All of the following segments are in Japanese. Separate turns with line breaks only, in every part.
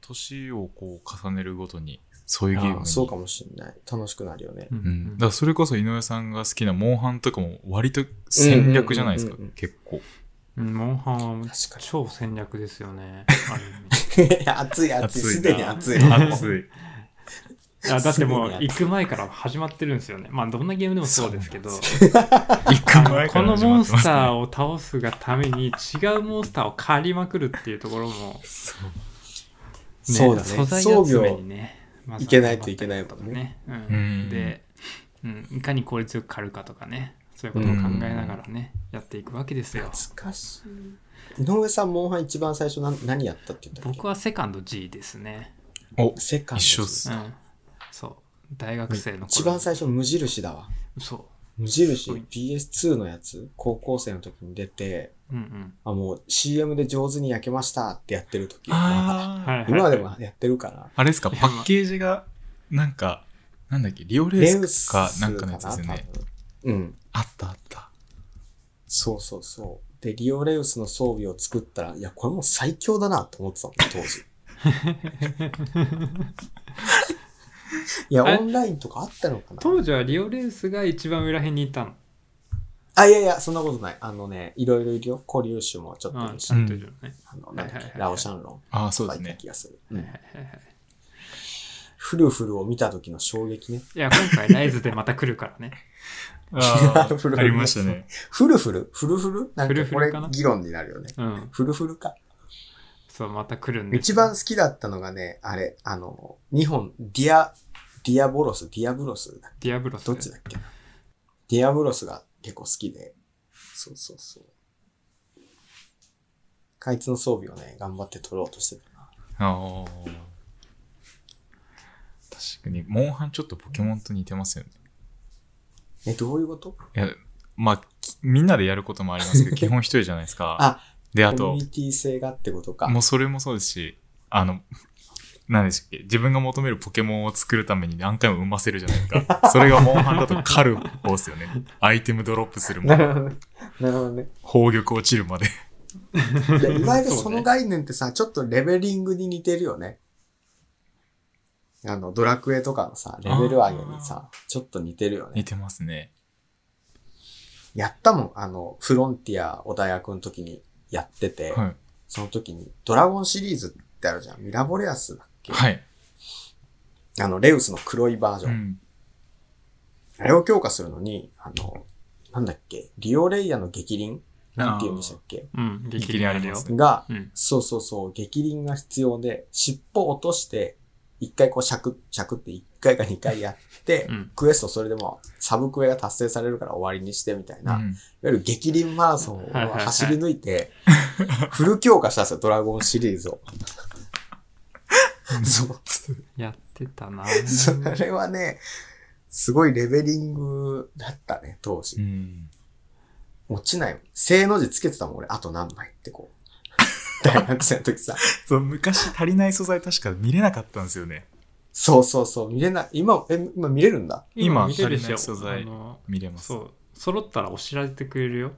年をこう重ねるごとに、そういうゲーム
あ
に
そうかもしんない。楽しくなるよね。
う
うん、だからそれこそ井上さんが好きなモンハンとかも割と戦略じゃないですか、
うんうんうんうん
結構。
うんモンハン
確か
は
に。
超戦略です よね。ある意味
熱い熱い。
熱いな
すでに熱い。
熱い。
いやだってもう行く前から始まってるんですよね。まあどんなゲームでもそうですけど、
行く
あの
前
こ
から
の
始
モ
ま
ン
ってま
ス
すね
ターを倒すがために違うモンスターを狩りまくるっていうところも、ね、
そう
そうだね
素材集めにね、まず
いけないといけないもんね。
うん
うん
で、うん、いかに効率よく狩るかとかね、そういうことを考えながらね、やっていくわけですよ。
懐かしい。井上さん、モンハン一番最初何何やったって言ったっけ
僕はセカンド G ですね。
お、
セカンド
一緒っす
うん、そう。大学生の頃。
一番最初無印だわ。
そ
無印 PS2 のやつ、高校生の時に出て、
う。うん
あ、もう CM で上手に焼けましたってやってる時。
うん。
あ
はいはい、
今でもやってるから。
あれですか、パッケージが、なんか、なんだっけ、リオレースかなんかのやつですよね。
多分うん。
あったあった。
そうそうそう。で、リオレウスの装備を作ったら、いや、これもう最強だなと思ってたもん、当時。いや、
あれ
オンラインとかあったのかな
当時はリオレースが一番裏辺にいたの。
あ、いやいや、そんなことない。あのね、いろいろいるよ。古流種もちょっといるし、
ちゃんといるよね。
あの、なんだっ
はいはいは
け、
い
ラオシャンロン
ああ、そ
と
うで
かい
す
た
ね。
気がする。
はいは
うん
いはいはい
フルフルを見た時の衝撃ね。
いや、今回ライズでまた来るからね。
あ
フルフル
ーありました ね。
フルフルフルフルなん
フル
か
フ
こ
ル
れ
かな
議論になるよね。
うん。
フルフルか。
そう、また来るんです。
一番好きだったのがね、あれ、あの、日本、ディア、ディアボロス、ディアブロスだ
ディアブロス。
どっちだっけなディアブロスが結構好きで。そうそうそう。あいつの装備をね、頑張って取ろうとしてたな。
ああ。確かに、モンハンちょっとポケモンと似てますよね。
え、どういうこと
いや、まあ、きみんなでやることもありますけど、基本一人じゃないですか。
あ
で、あ
コミュ
と
ニ、ティ性がってことか。
もうそれもそうですし、あの、何でしたっけ自分が求めるポケモンを作るために何回も産ませるじゃないですか。それがモンハンだと狩る方ですよね。アイテムドロップするも
なる
の、
ほどね。なるほどね。
宝玉落ちるまで。
いやいわゆる
そうね
その概念ってさ、ちょっとレベリングに似てるよね。あの、ドラクエとかのさ、レベル上げにさ、ちょっと似てるよ
似
ね。
てますね。
やったもん、あの、フロンティアを大学の時にやってて、
はい。
その時に、ドラゴンシリーズってあるじゃん。ミラボレアスだっけ
はい。
あの、レウスの黒いバージョ
う
ン。
ん。
あれを強化するのに、あの、なんだっけ、リオレイヤの激鱗なんて言うんでしたっけ
うん、激
激
レ
レ
ア
アあ
ある
り
よ
ま。すね
が、
うん。
そうそうそう、激鱗が必要で、尻尾落として、一回こう、シャク、シャクって一回か二回やって、
うん
クエストそれでも、サブクエが達成されるから終わりにしてみたいうな、いわ
ん
ゆる激鱗マラソンを
はいはいはい
走り抜いて、フル強化したんですよ、ドラゴンシリー ズを。そう。
やってたな。
それはね、すごいレベリングだったね、当
う
時。
ん。
落ちない。正の字つけてたもん、俺。あと何枚ってこ う。大学生の時さ。
そう、昔足りない素材確か見れなかったんですよね。
そうそうそう、見れない。今、え、今見れるんだ。
今
見てる
足りない
し
素材
あの
見れます。
そ
そう
う、揃ったらお知らせてくれるよ。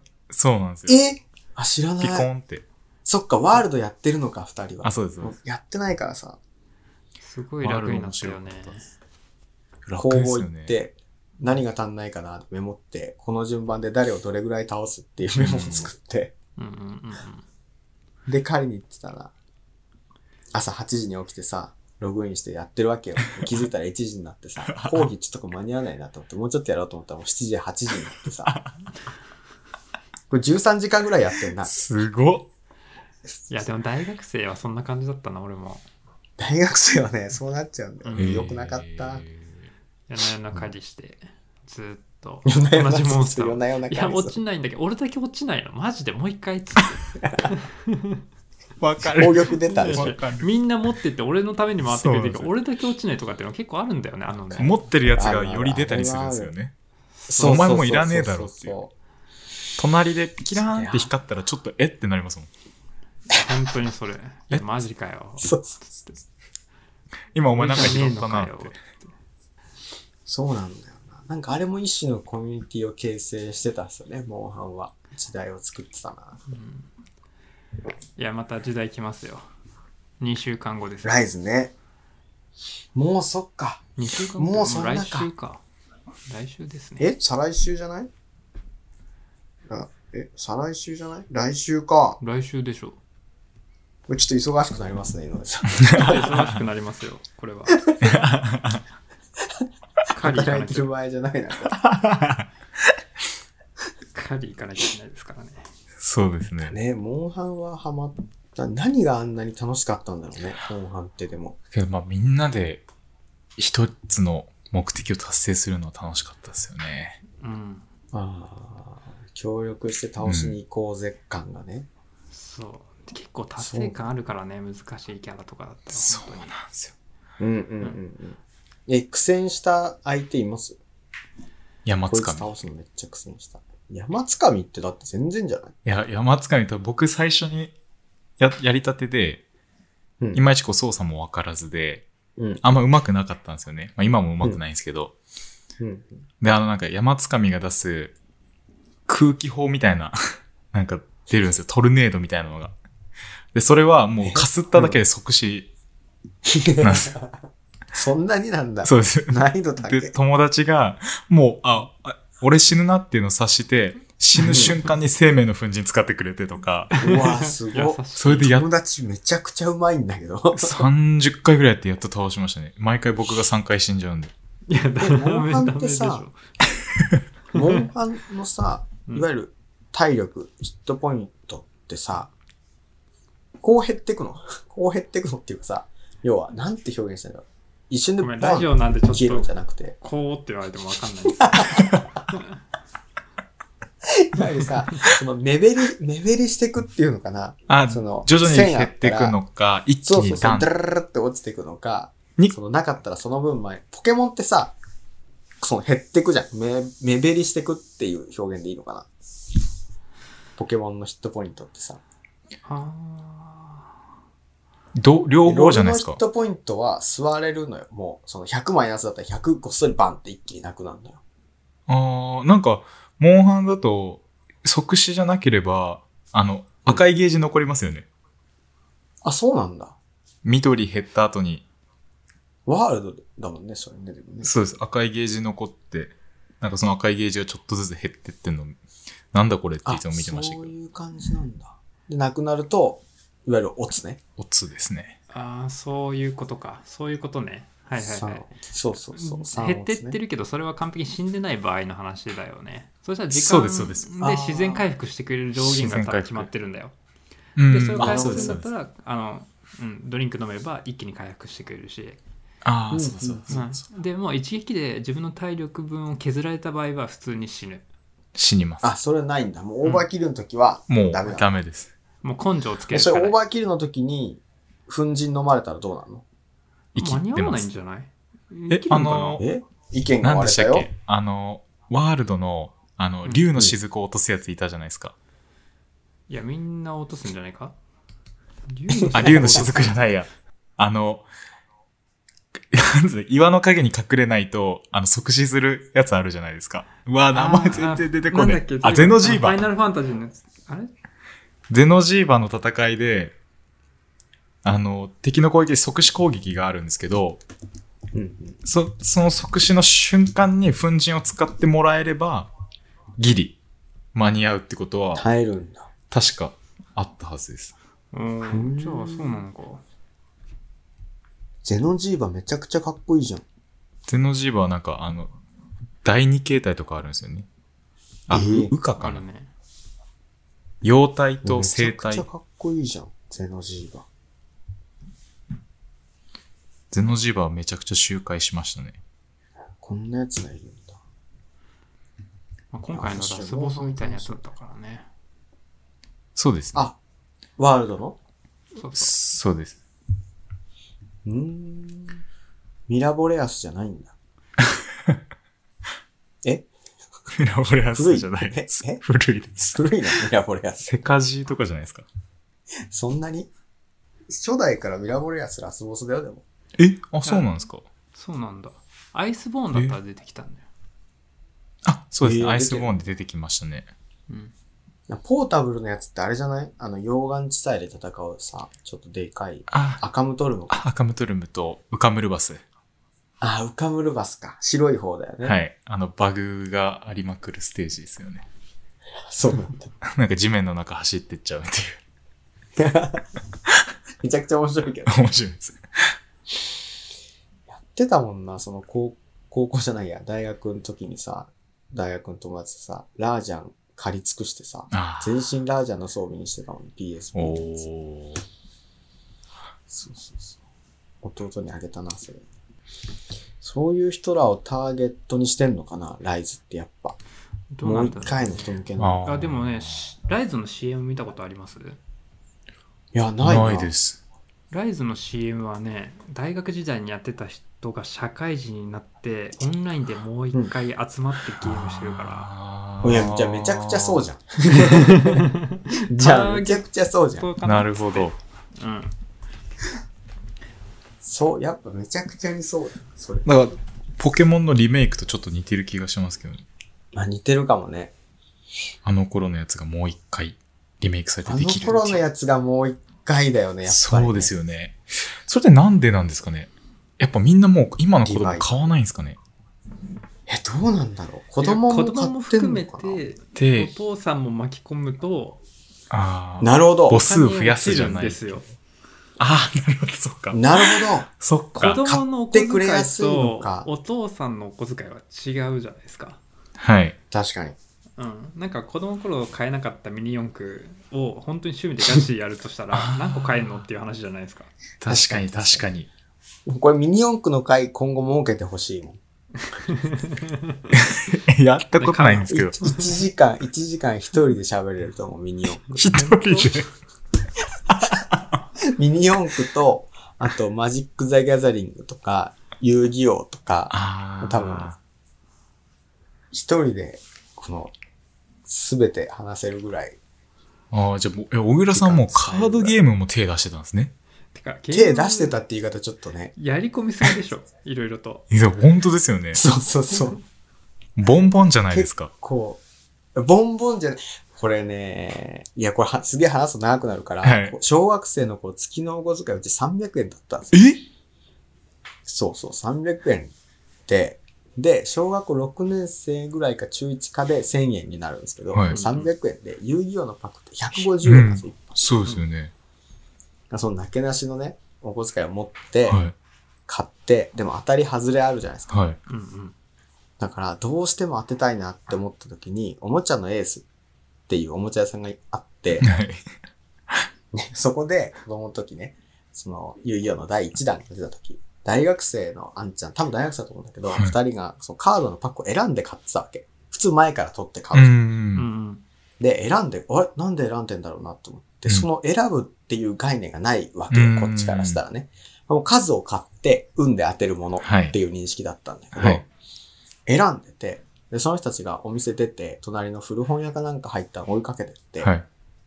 なんですよ。
えあ、知ら
ピコ
ない。
ンって。
そっか、ワールドやってるのか、二人は。
あ、そうです、そうです。
やってないからさ、
すごい楽になったよね
ワールド面白。かったです
こ
楽
う
です
行
よ
っ
ね。
て、何が足んないかなってメモって、この順番で誰をどれぐらい倒すっていうメモを作って、
うんうんうんうん。
で、狩りに行ってたら、朝8時に起きてさ、ログインしてやってるわけよ。気づいたら1時になってさ、 講義ちょっとこれ間に合わないなと思って、もうちょっとやろうと思ったらもう7時、8時になってさ、これ13時間ぐらいやってんな。
すごっ。
いや、でも大学生はそんな感じだったな、俺も。
大学生はね、そうなっちゃうんだよ。
うん
良くなかった。
夜な夜な狩りして、ずーっと同
夜な夜な
じモンスター
夜
を
な夜ない
や、落ちないんだけど、俺だけ落ちないの。マジでもう一回っつって。
わか
攻撃出たでしょ
わ。かる。
みんな持ってって俺のために回ってくれてるけど
そ
俺だけ落ちないとかっていうの結構あるんだよねあのね
持ってるやつがより出たりするんですよね。
そう
お前もいらねえだろっていう
そ
隣でキラーンって光ったらちょっとえってなりますもん。
本当に それいやマジかよ
そうそう
つって
今お前なんか拾っ
俺じゃ
た
ね
なっ
えのか
て
よ。
そうそうなんだよな。なんかあれも一種のコミュニティを形成してたっすよね、モンハンは。時代を作ってたな。
いやまた時代来ますよ2週間後です。
ライズね。もうそっか。
2週間後
もうそんな
来
か
週か。来週ですね。
え再来週じゃないあえ、再来週じゃない来週か。
来週で しょ。
これちょっと忙しくなりますね、井上さ ん。
忙しくなりますよ、これ は。カリ行か
働い
な
て
きゃ
る場合じゃないな。
カリ行かなきゃいけないですからね。
そうですね。
ね、モンハンはハマった。何があんなに楽しかったんだろうね、モンハンってでも。
けどまあみんなで一つの目的を達成するのは楽しかったですよね。
うん。
ああ、協力して倒しに行こうぜ感がね。
そう。結構達成感あるからね、難しいキャラとかだったら。
そう
本
なんですよ。
うんうんうんうん。え、苦戦した相手います
山
こい
つ
つ
かみ。
倒すのめっちゃ苦戦した。山つかみってだって全然じゃない
いや、山つかみと僕最初にややりたてで、
うん
いまいちこう操作もわからずで、
うん。
あんま上手くなかったんですよね。まあ今も上手くないんですけど。
うん。
で、あのなんか山つかみが出す空気砲みたいな、 なんか出るんですよ。トルネードみたいなのが。で、それはもうかすっただけで即死なんですよ。
そんなになんだ。
そうです。
難易度高い
で、。友達が、もう、あ、あ俺死ぬなっていうのを察して、死ぬ瞬間に生命の粉塵使ってくれてとか、
うわ、す
当に
ごっ
優しい。
それでやっ
友達めちゃくちゃうまいんだけど。
30回ぐらいやってやっと倒しましたね。毎回僕が3回死んじゃうんで。
いや、ダメ
モンハン
ダ
っ
メ
て
でし
さ
ょ。
モンハンのさ、
うん
いわゆる体力、ヒットポイントってさ、こう減ってくのこう減ってくのっていうかさ、要は、なんて表現したらいいの一瞬で
ご
バ
めん、
ー
ラ
ン
ジオなんでち
消え
ょ
るん
っ
じゃ
と、
なくて、
こうって言われてもわかんないです。
いわゆるさ、その目減り、目減りしてくっていうのかな
あ、
その
徐々に減っていくのか、一気
そうそ
に
うそ
ダ
う、
ン
ダラララって落ちていくのか
に、
そのなかったらその分前、ポケモンってさ、その減ってくじゃん。目、目減りしてくっていう表現でいいのかな。ポケモンのヒットポイントってさ。
あ
ど両方じゃないです
ロ
か
ー。ルのヒットポイントは座れるのよ。もう、その100マイナスだったら100ごっそりバンって一気になくなるのよ。
あーなんか、モンハンだと、即死じゃなければ、あの、赤いゲージ残りますよね。
あ、そうなんだ。
緑減った後に、
ワールドだもんね、それね。でもね
そうです。赤いゲージ残って、なんかその赤いゲージがちょっとずつ減ってってんの、なんだこれっていつも見てました
あ
け
そう
ど、
いう感じなんだ。で、なくなると、いわゆるオツね。
オツですね。
ーあー、そういうことか。そういうことね。はいはいはい
三。そうそうそう。三
減ってっ
オツね
てるけどそれは完璧に死んでない場合の話だよねそしたら時間
そうですそうです
あー
自然回復してくれる上限が
自然
多
回復
分決まってるんだよ
うん
でそれを回
あそ
復
うです
す
そう
るん
で
だ
す
ったらあの、うん、ドリンク飲めば一気に回復してくれるし、
ああ、そうだそうだそう
ま
だそうだ
あ、でもう一撃で自分の体力分を削られた場合は普通に死ぬ
死にます。
あ、それはないんだ。もうオーバーキルの時は、
もう
ダメだ。
ダメです。
もう根性をつけ
え
るし
そ
か
れオ
な
ー
い
バーキルの時に、粉塵飲まれたらどうなの
生
間に
きて
合わ
ま
ないん
す。
じゃない
え
生きるのかな
あの
え意見が
何で
割れ
したたっ
よ
け。あの、ワールドの、あの、竜の雫を落とすやついたじゃないですか。
いやみんな落とすんじゃないか
あ、竜の雫じゃないや。あの、なんつうの岩の影に隠れないと、あの、即死するやつあるじゃないですか。うわ、名前全然出てこ
な
なんい
だっけ。
あ、ゼノジーバ
ファイナ
ー。
ルファンタジーのやつあれ
ゼノジーバーの戦いで、あの、敵の攻撃で即死攻撃があるんですけど、
うんうん
そ、その即死の瞬間に粉塵を使ってもらえれば、ギリ、間に合うってことは、
耐えるんだ。
確かあったはずです。
うんじゃあそうなのか
ゼノジーバめちゃくちゃかっこいいじゃん。
ゼノジーバはなんか、あの、第二形態とかあるんですよね。あ、
えー
ウカか
あ
な
る。ね
様体と
めち
生
ゃくち
体。
ゃかっこいいじゃん。ゼノジーバ。
ゼノジーバはめちゃくちゃ周回しましたね。
こんなやつがいるんだ。
まあ、今回のラスボスみたいなやつだったからね。
そうですね。
あ、ワールドの
そうそ
そうです。
うーん。ミラボレアスじゃないんだ。え
ミラボレアスじゃないです
古いええ。
古いです。
古いな、ミラボレアス。
セカジーとかじゃないですか。
そんなに初代からミラボレアスラスボスだよ、でも。
えあ、そうなんですか。
う。そうなんだ。アイスボーンだったら出てきたんだよ。
あ、そうです
え
ね。
ー
アイスボーンで出てきましたね。
うん。
ポータブルのやつってあれじゃないあの、溶岩地帯で戦うさ、ちょっとでかい。
あ、
アカムトルムか。
あアカムトルムとウカムルバス。
あ、ウカムルバスか。白い方だよね。。
はいい。あの、バグがありまくるステージですよね。
そうなんだ。
なんか地面の中走ってっちゃうってい
めちゃくちゃ面白いけど。
う。面白いです。
やってたもんな、その高高校じゃないや、大学の時にさ、大学の友達とさ、ラージャン借り尽くしてさ、
あ
全身ラージャンの装備にしてたもん、
あ。
PSP のやつ。
おー。
そうそうそう。弟にあげたな、それ。そういう人らをターゲットにしてんのかな、ライズってやっぱ。
どう
も
な
うん
だ
一
ろ
回の人向け
あ
の。
ー
うあでもねしライズの CM 見たことあります
いや、ないな。
ないです。
ライズの CM はね大学時代にやってた人が社会人になってオンラインでもう一回集まってゲームしてるから、
ら
いや、じゃあめちゃくちゃそうじ
ゃ
ゃん。 じゃ あめちゃくちゃそうじゃん。
そうか
なるほど。
うん
そう、やっぱめちゃくちゃにそうだ。それ。
だから、ポケモンのリメイクとちょっと似てる気がしますけどね。
あ、似てるかもね。
あの頃のやつがもう一回リメイクされて
あ
で
の
きるっていう
頃のやつがもう一回だよね、やっぱり、
そうです
よ。
よね。それってなんでなんですかねやっぱみんなもう今の子供買わないんですかね
え、どうなんだろう子供も
子
買
供も
って
含
ん
め
のかな
てお
で、
父さんも巻き込むと
ああ、
なるほど
ボ。ス増やすじゃ
お金
な
を
い。
切るんですよ
ああ、なるほど、そっか。
なるほど。
そっ
子
か。
供のお小遣
買っ
い
てくれやすいの
と
か
お父さんのお小遣いは違うじゃないですか
はい。
確かに。
うん、なんか子供の頃買えなかったミニ四駆を本当に趣味でガチでやると したら
あー
何個買えるのっていう話じゃないですか
確かに、確かに。
これミニ四駆の回今後設けてほしいもん。
やったことないんですけど。
1時間、一時間一人で喋れると思う、ミニ四
一人で。
駆。ミニ四駆と、あとマジック・ザ・ギャザリングとか、遊戯王とか、
ああ。
多分一人で、この、すべて話せるぐらい。
ああ、じゃあもう、え小倉さんもうカードゲームも手出してたんですね。
てか
手出してたって言い方ちょっとね。
やり込みすぎでしょ いろいろと
いや、本当ですよね。
そうそうそう。
ボンボンじゃないですか。
こう、ボンボンじゃない、これね、いや、これはすげえ話すと長くなるから、
はい
こう小学生の子、月のお小遣いうち300円だったんですよ。
え
そうそう、300円で、で、小学校6年生ぐらいか中1かで1000円になるんですけど、
はい
300円で、遊戯王のパックって150円なんですよ。
そうですよね。
そのなけなしのね、お小遣いを持って、
はい。
買って、でも当たり外れあるじゃないですか。
はい。
うんうん
だから、どうしても当てたいなって思った時に、おもちゃのエースっていうおもちゃ屋さんが あって、
はい。
そこで、子供の時ね、その、遊戯王の第1弾が出た時、大学生のあんちゃん、多分大学生だと思うんだけど、
はい
二、人がそのカードのパックを選んで買ってたわけ。普通前から取って買
う。
う。
うんうんん
で、選んで、あれなんで選んでんだろうなと思って、
うん
その選ぶっていう概念がないわけ
うん
よ、こっちからしたらね。もう数を買って、運で当てるもの
はい
っていう認識だったんだけど、
はい。
選んでて、で、その人たちがお店出て、隣の古本屋かなんか入ったの追いかけてって、
はい。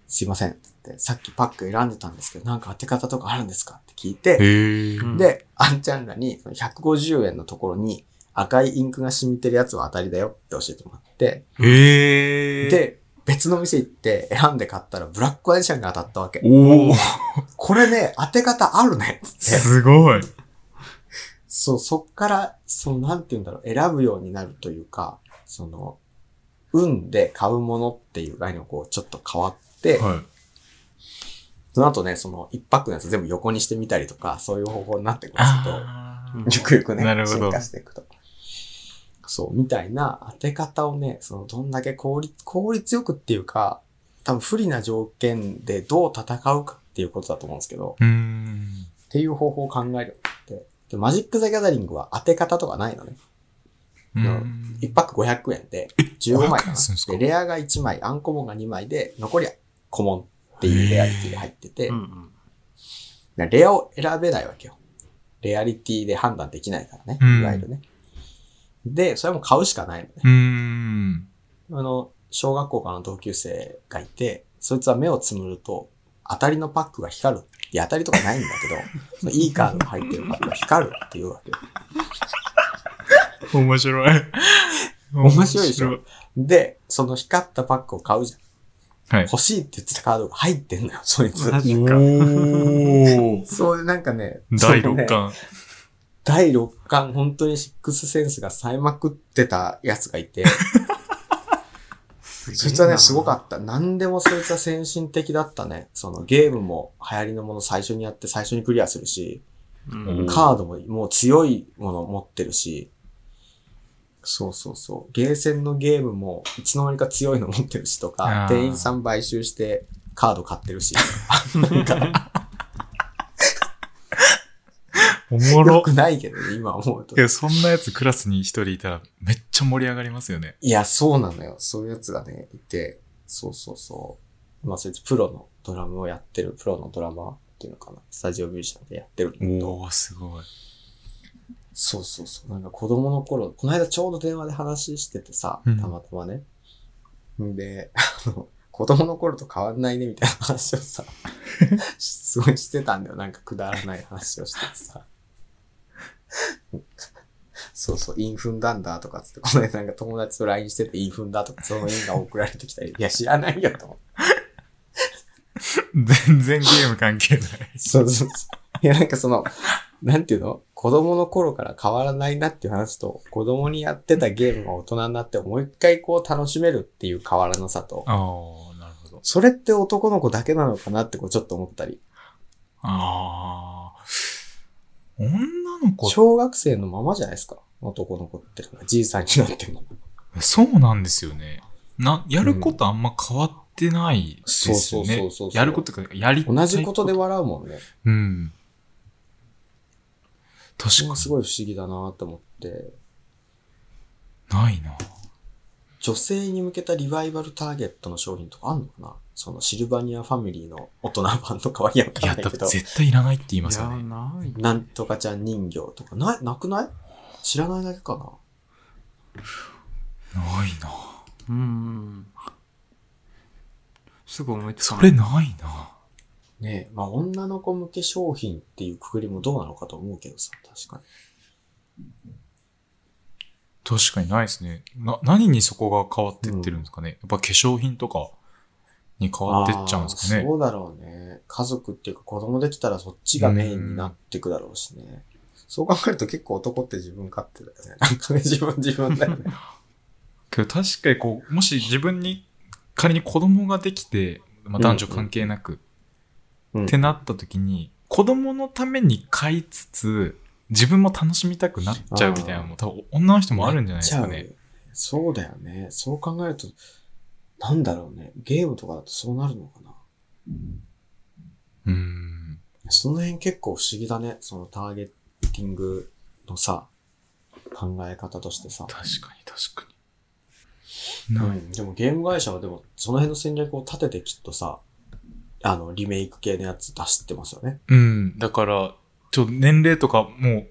すいません、つって、さっきパック選んでたんですけど、なんか当て方とかあるんですかって聞いて、
へえ。
うん
で、あんちゃんらに、その150円のところに赤いインクが染みてるやつは当たりだよって教えてもらって、
へえ。、
で、別の店行って選んで買ったらブラックアイシャンが当たったわけ。
おお
これね、当て方あるねっつって。
すごい。
そう、そっから、その、なんて言うんだろう、選ぶようになるというか、その、運で買うものっていう概念をこう、ちょっと変わって、
は
その後ね、その、一パックのやつ全部横にしてみたりとか、そういう方法になってくるんですけど、
い。
うん
ゆくゆくね、
なるほど
進化していくと。そう、みたいな当て方をね、その、どんだけ効率、効率よくっていうか、多分不利な条件でどう戦うかっていうことだと思うんですけど、
うーん。
っていう方法を考えるって。で、マジック・ザ・ギャザリングは当て方とかないのね。
う
の
ん
1パック500円で、15枚
500円
かな
するんですか
で、レアが1枚、アンコモンが2枚で、残りはコモンっていうレアリティが入ってて
う、ん
でレアを選べないわけよ。レアリティで判断できないからね、
うん
いわゆるね。で、それも買うしかないのね。
うーん。
あの、小学校からの同級生がいて、そいつは目をつむると、当たりのパックが光る。いや、当たりとかないんだ けど、そのいいカードが入ってるパックが光るっていうわけよ。
面白い。
面白いでしょ。で、その光ったパックを買うじゃん。
はい。
欲しいって言ってたカードが入ってんのよ、そいつ
マ。ジか。
おー。
そう、なんかね、
第
そのね
6巻。
第6巻、本当にシックスセンスが冴えまくってたやつがいて、そいつはね、すごか
っ
った。何でもそいつは先進的だったね。そのゲームも流行りのもの最初にやって最初にクリアするし、
た。う
うん
ん、
カードももう強いもの持ってるし、そうそうそう。ゲーセンのゲームもいつの間にか強いの持ってるしとか、
あー
店員さん買収してカード買って るし、
おも
よ
ろ。
くないけどね、今思うと
い。や、そんなやつクラスに一人いたらめっちゃ盛り上がりますよね。
いや、そうなのよ。そういうやつがね、いて、そうそうそう。まあ、そいつプロのドラムをやってる、プロのドラマーっていうのかな。スタジオミュージシャンでやってるんだけど
おー、すごい。
そうそうそう。なんか子供の頃、この間ちょうど電話で話しててさ、
うん
たまたまね。んで、あの、子供の頃と変わんないねみたいな話を さ、すごいしてたんだよ。なんかくだらない話をしててさ。そうそう、インフンだんだとかつって、この間なんか友達と LINE しててインフンだとか、その因が送られてきたり、いや知らないよと思って
全然ゲーム関係ない。
そうそうそう。いや、なんかその、なんていうの子供の頃から変わらないなっていう話と、子供にやってたゲームが大人になってもう一回こう楽しめるっていう変わらなさと、
あー、なるほど。
それって男の子だけなのかなってこうちょっと思ったり、
あー。女の子
小学生のままじゃないですか。男の子ってのはじいさんになっても。
そうなんですよね。な、やることあんま変わってないですよね。
そうそうそうそう
やることか、やりたい
同じことで。笑うもんね。
うん。
そ
確
れ
か
はすごい不思議だなと思って、
にないな。
女性に向けたリバイバルターゲットの商品とかあんのかなそのシルバニアファミリーの大人版とかはいやわ
い
か
や、
んない
だ
けど。
絶対いらないって言い
い
ます
や、
よね。
ない。
なんとかちゃん人形とか、な、なくない知らないだけかな
ないな。
うん。すぐ思いつか
そ
ない
れ。ないな。
ねえ、まあ女の子向け商品っていうくくりもどうなのかと思うけどさ、確か
確かにないですね。な、何にそこが変わってってるんですかね。やっぱ化粧品とかに変
に。
わってっちゃうんですか
あー
ね。
そうだろうね。家族っていうか子供できたらそっちがメインになっていくだろうしね。そう考えると結構男って自分勝手だよね。 なんかね、自分自分だよ ね。
けど確かにこう、もし自分に仮に子供ができて、まあ、男女関係なく、
うん
ってなった時に、子供のために買いつつ、自分も楽しみたくなっちゃうみたいなのも、多分女の人もあるんじゃないですか
なっ
ね
ちゃ。うよ。そうだよね。そう考えると、なんだろうね。ゲームとかだとそうなるのかな
うーん。
その辺結構不思議だね。そのターゲッティングのさ、考え方としてさ。
確かに確かに。
う
ない、
ん。でもゲーム会社はでも、その辺の戦略を立ててきっとさ、あの、リメイク系のやつ出してますよね。
うん。だから、ちょ、年齢とかもう、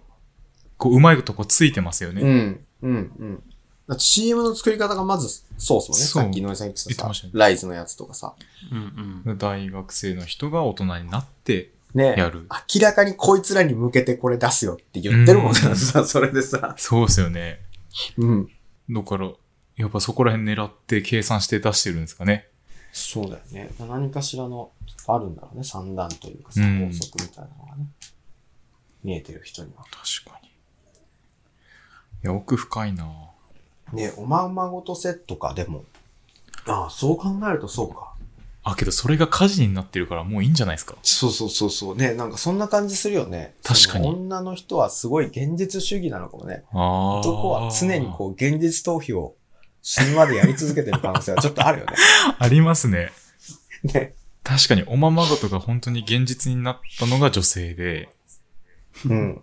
こう、うまいとこついてますよね。
ん。うん。うん。だって CM の作り方がまず、そうっすもんね。
そう
さっき井上さん言って
言って
た
まし
さ
た、ね
ライズのやつとかさ。
うん
大学生の人が大人になって
ね
やる。
明らかにこいつらに向けてこれ出すよって言ってるもんね
うん
さ、それでさ。
そうですよね。
うん。
だから、やっぱそこら辺狙って計算して出してるんですかね。
そうだよね。何かしらの、あるんだろうね。三段というかさ、
うん
法則みたいなのがね。見えてる人には。
確かに。いや、奥深いなぁ。
ねおまんまごとセットか、でも。ああ、そう考えるとそうか。
あ、けどそれが火事になってるからもういいんじゃないですか。
そうそうそうそう。ねなんかそんな感じするよね。
確かに
その女の人はすごい現実主義なのかもね。
ああ。
男は常にこう、現実逃避を死ぬまでやり続けてる可能性はちょっとあるよ
う。ありますね。
ね。ね。
確かにおままごとが本当に現実になったのが女性で、
うん。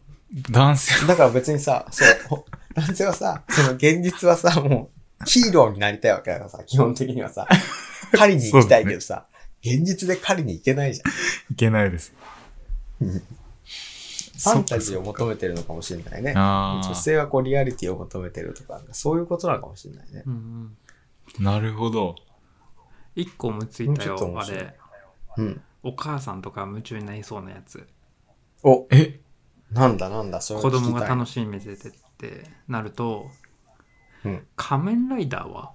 男性
だから別にさ、そう、男性はさ、その現実はさ、もう、ヒーローになりたいわけだからさ、基本的にはさ、狩りに行きたいけどさ、現実で狩りに行けないじゃん。
いけないです。
ファンタジーを
そっか
求めてるのかもしれないね。
あ
女
あ。
性はこうリアリティを求めてるとか、なんかそういうことなのかもしれないね
う。ん。
なるほど。
一個思いついた
ちょっと
よ、
面
あ
白い
れ。
うん。
お母さんとか夢中になりそうなやつ。
お、
え、
なんだなんだ、それ
子供が楽
しい。
しみでてってなると、
うん
仮面ライダーは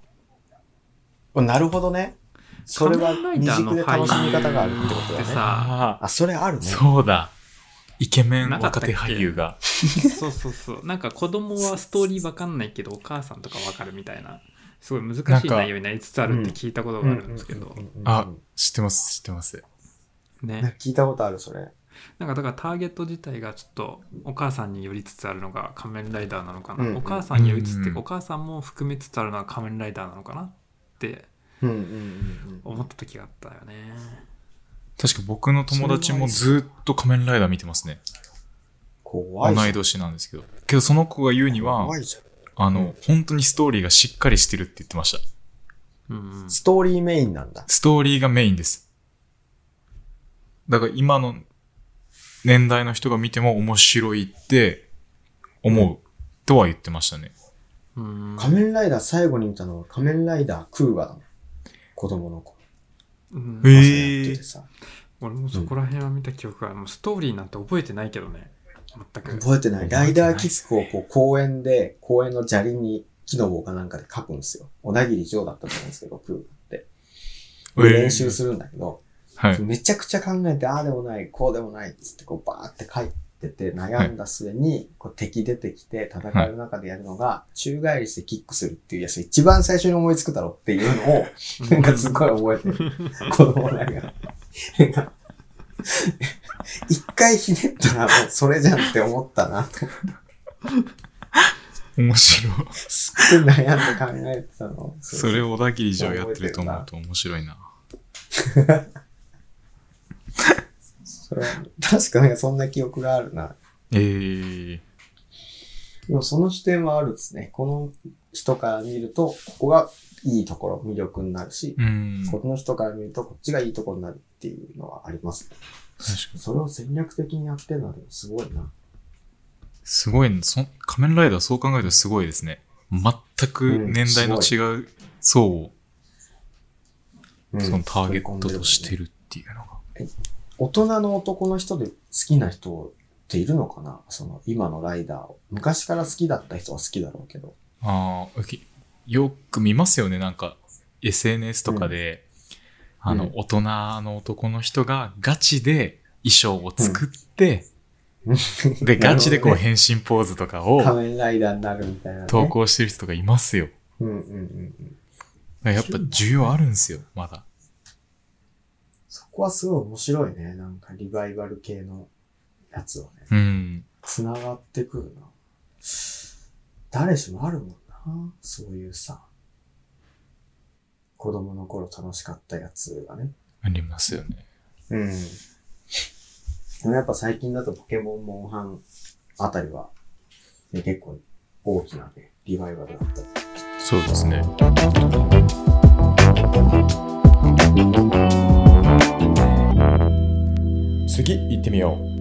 おなるほどね。それは
仮面ライ
二
ダーの
軸で楽しみ方があるってこと
俳優
だ
って
ね。
さ
あ
あ、それある
ー
ね。
そうだ。イケメン
なかった
若
っけ
手俳優が。
そうそうそうなんか子供はストーリーわかんないけどお母さんとかわかるみたいなすごい難
なん
しい
か
内容になりつつあるって聞いたことがあるんですけど
うんうんうんうん
あ、知ってます、知ってます。
なん
ね
か聞いたことある、それ。
なんかだからターゲット自体がちょっとお母さんに寄りつつあるのが仮面ライダーなのかな、
うんうん
お母さんに寄りつつって
うんうん
お母さんも含めつつあるのは仮面ライダーなのかなって
うんうんうんうん。
思った時があったよね
確か僕の友達もずっと仮面ライダー見てますね。
怖
同
いじゃん。
い年なんですけど。けどその子が言うには
怖、いじゃん。
あの、本当にストーリーがしっかりしてるって言ってました。
うんうん
ストーリーメインなんだ。
ストーリーがメインです。だから今の年代の人が見ても面白いって思うとは言ってましたね。
うん
仮面ライダー最後に見たのは仮面ライダークーガだもん。子供の子。
うん
えー
朝やっててさ。
俺もそこら辺は見た記憶があるもうストーリーなんて覚えてないけどね全く
覚えてない。ライダーキックを
覚
こう公園で、公園の砂利に木の棒かなんかで書くんですよ。小田切城だったと思うんですけど、クーガって。で練習するんだけど、
はい。
めちゃくちゃ考えて、ああでもない、こうでもないっつってこうバーって書いてて悩んだ末に、こう敵出てきて戦いの中でやるのが、宙返りしてキックするっていうやつ一番最初に思いつくだろうっていうのを、なんかすごい覚えてる。子供ながら。なんか一回ひねったらもうそれじゃんって思ったなと。
面白い。
すっごい悩んで考えてたの。
それ小田切城やってると思うと面白いな。
それは確かなんかそんな記憶があるな。
えー、
でもその視点はあるですね。この人から見ると、ここがいいところ、魅力になるし、
うん。確
この人から見ると、こっちがいいところになるっていうのはあります。
かに。
それを戦略的にやってるのはでもすごいな。
すごいね、そ仮面ライダーそう考えるとすごいですね。全く年代の違う層を、
うん
そのターゲットとしてるっていうのが。
大人の男の人で好きな人っているのかなその今のライダーを。昔から好きだった人は好きだろうけど。
ああ、きよく見ますよね、なんか、SNS とかで、あの、
うん
大人の男の人がガチで衣装を作って、 で、ガチでこう変身ポーズとかを
仮面ライダーになるみたいな、ね。
投稿してる人がいますよ。
うんうんうんうん。
だからやっぱ需要あるんですよ、まだ。
そこはすごい面白いね。なんかリバイバル系のやつはね。
うん。
繋がってくるな。誰しもあるもんな。そういうさ。子供の頃楽しかったやつがね。
ありますよね。
うん。でもやっぱ最近だとポケモンモンハンあたりは、ね、結構大きなね、リバイバルだった。
そうですね。
次行ってみよう